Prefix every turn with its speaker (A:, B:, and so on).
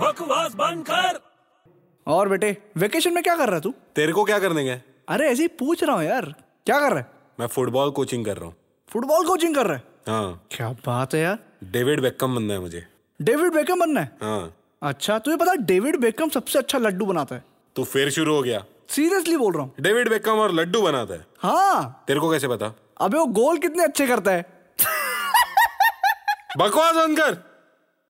A: बकवास बंद कर
B: और बेटे वेकेशन में क्या कर रहा है तू
C: तेरे को क्या करने गए
B: अरे ऐसे ही पूछ रहा हूँ यार क्या कर रहा है
C: मैं फुटबॉल कोचिंग कर रहा हूँ
B: फुटबॉल कोचिंग कर रहा है
C: हाँ
B: क्या बात है यार
C: डेविड बेकम बनना है मुझे
B: डेविड बेकम बनना है
C: हाँ
B: अच्छा तुझे पता है डेविड बेकम सबसे अच्छा लड्डू बनाता है
C: तो फिर शुरू हो गया
B: सीरियसली बोल रहा हूँ
C: डेविड बेकम और लड्डू बनाता है
B: हाँ
C: तेरे को कैसे पता
B: अबे वो गोल कितने अच्छे करता है
C: बकवास बंद कर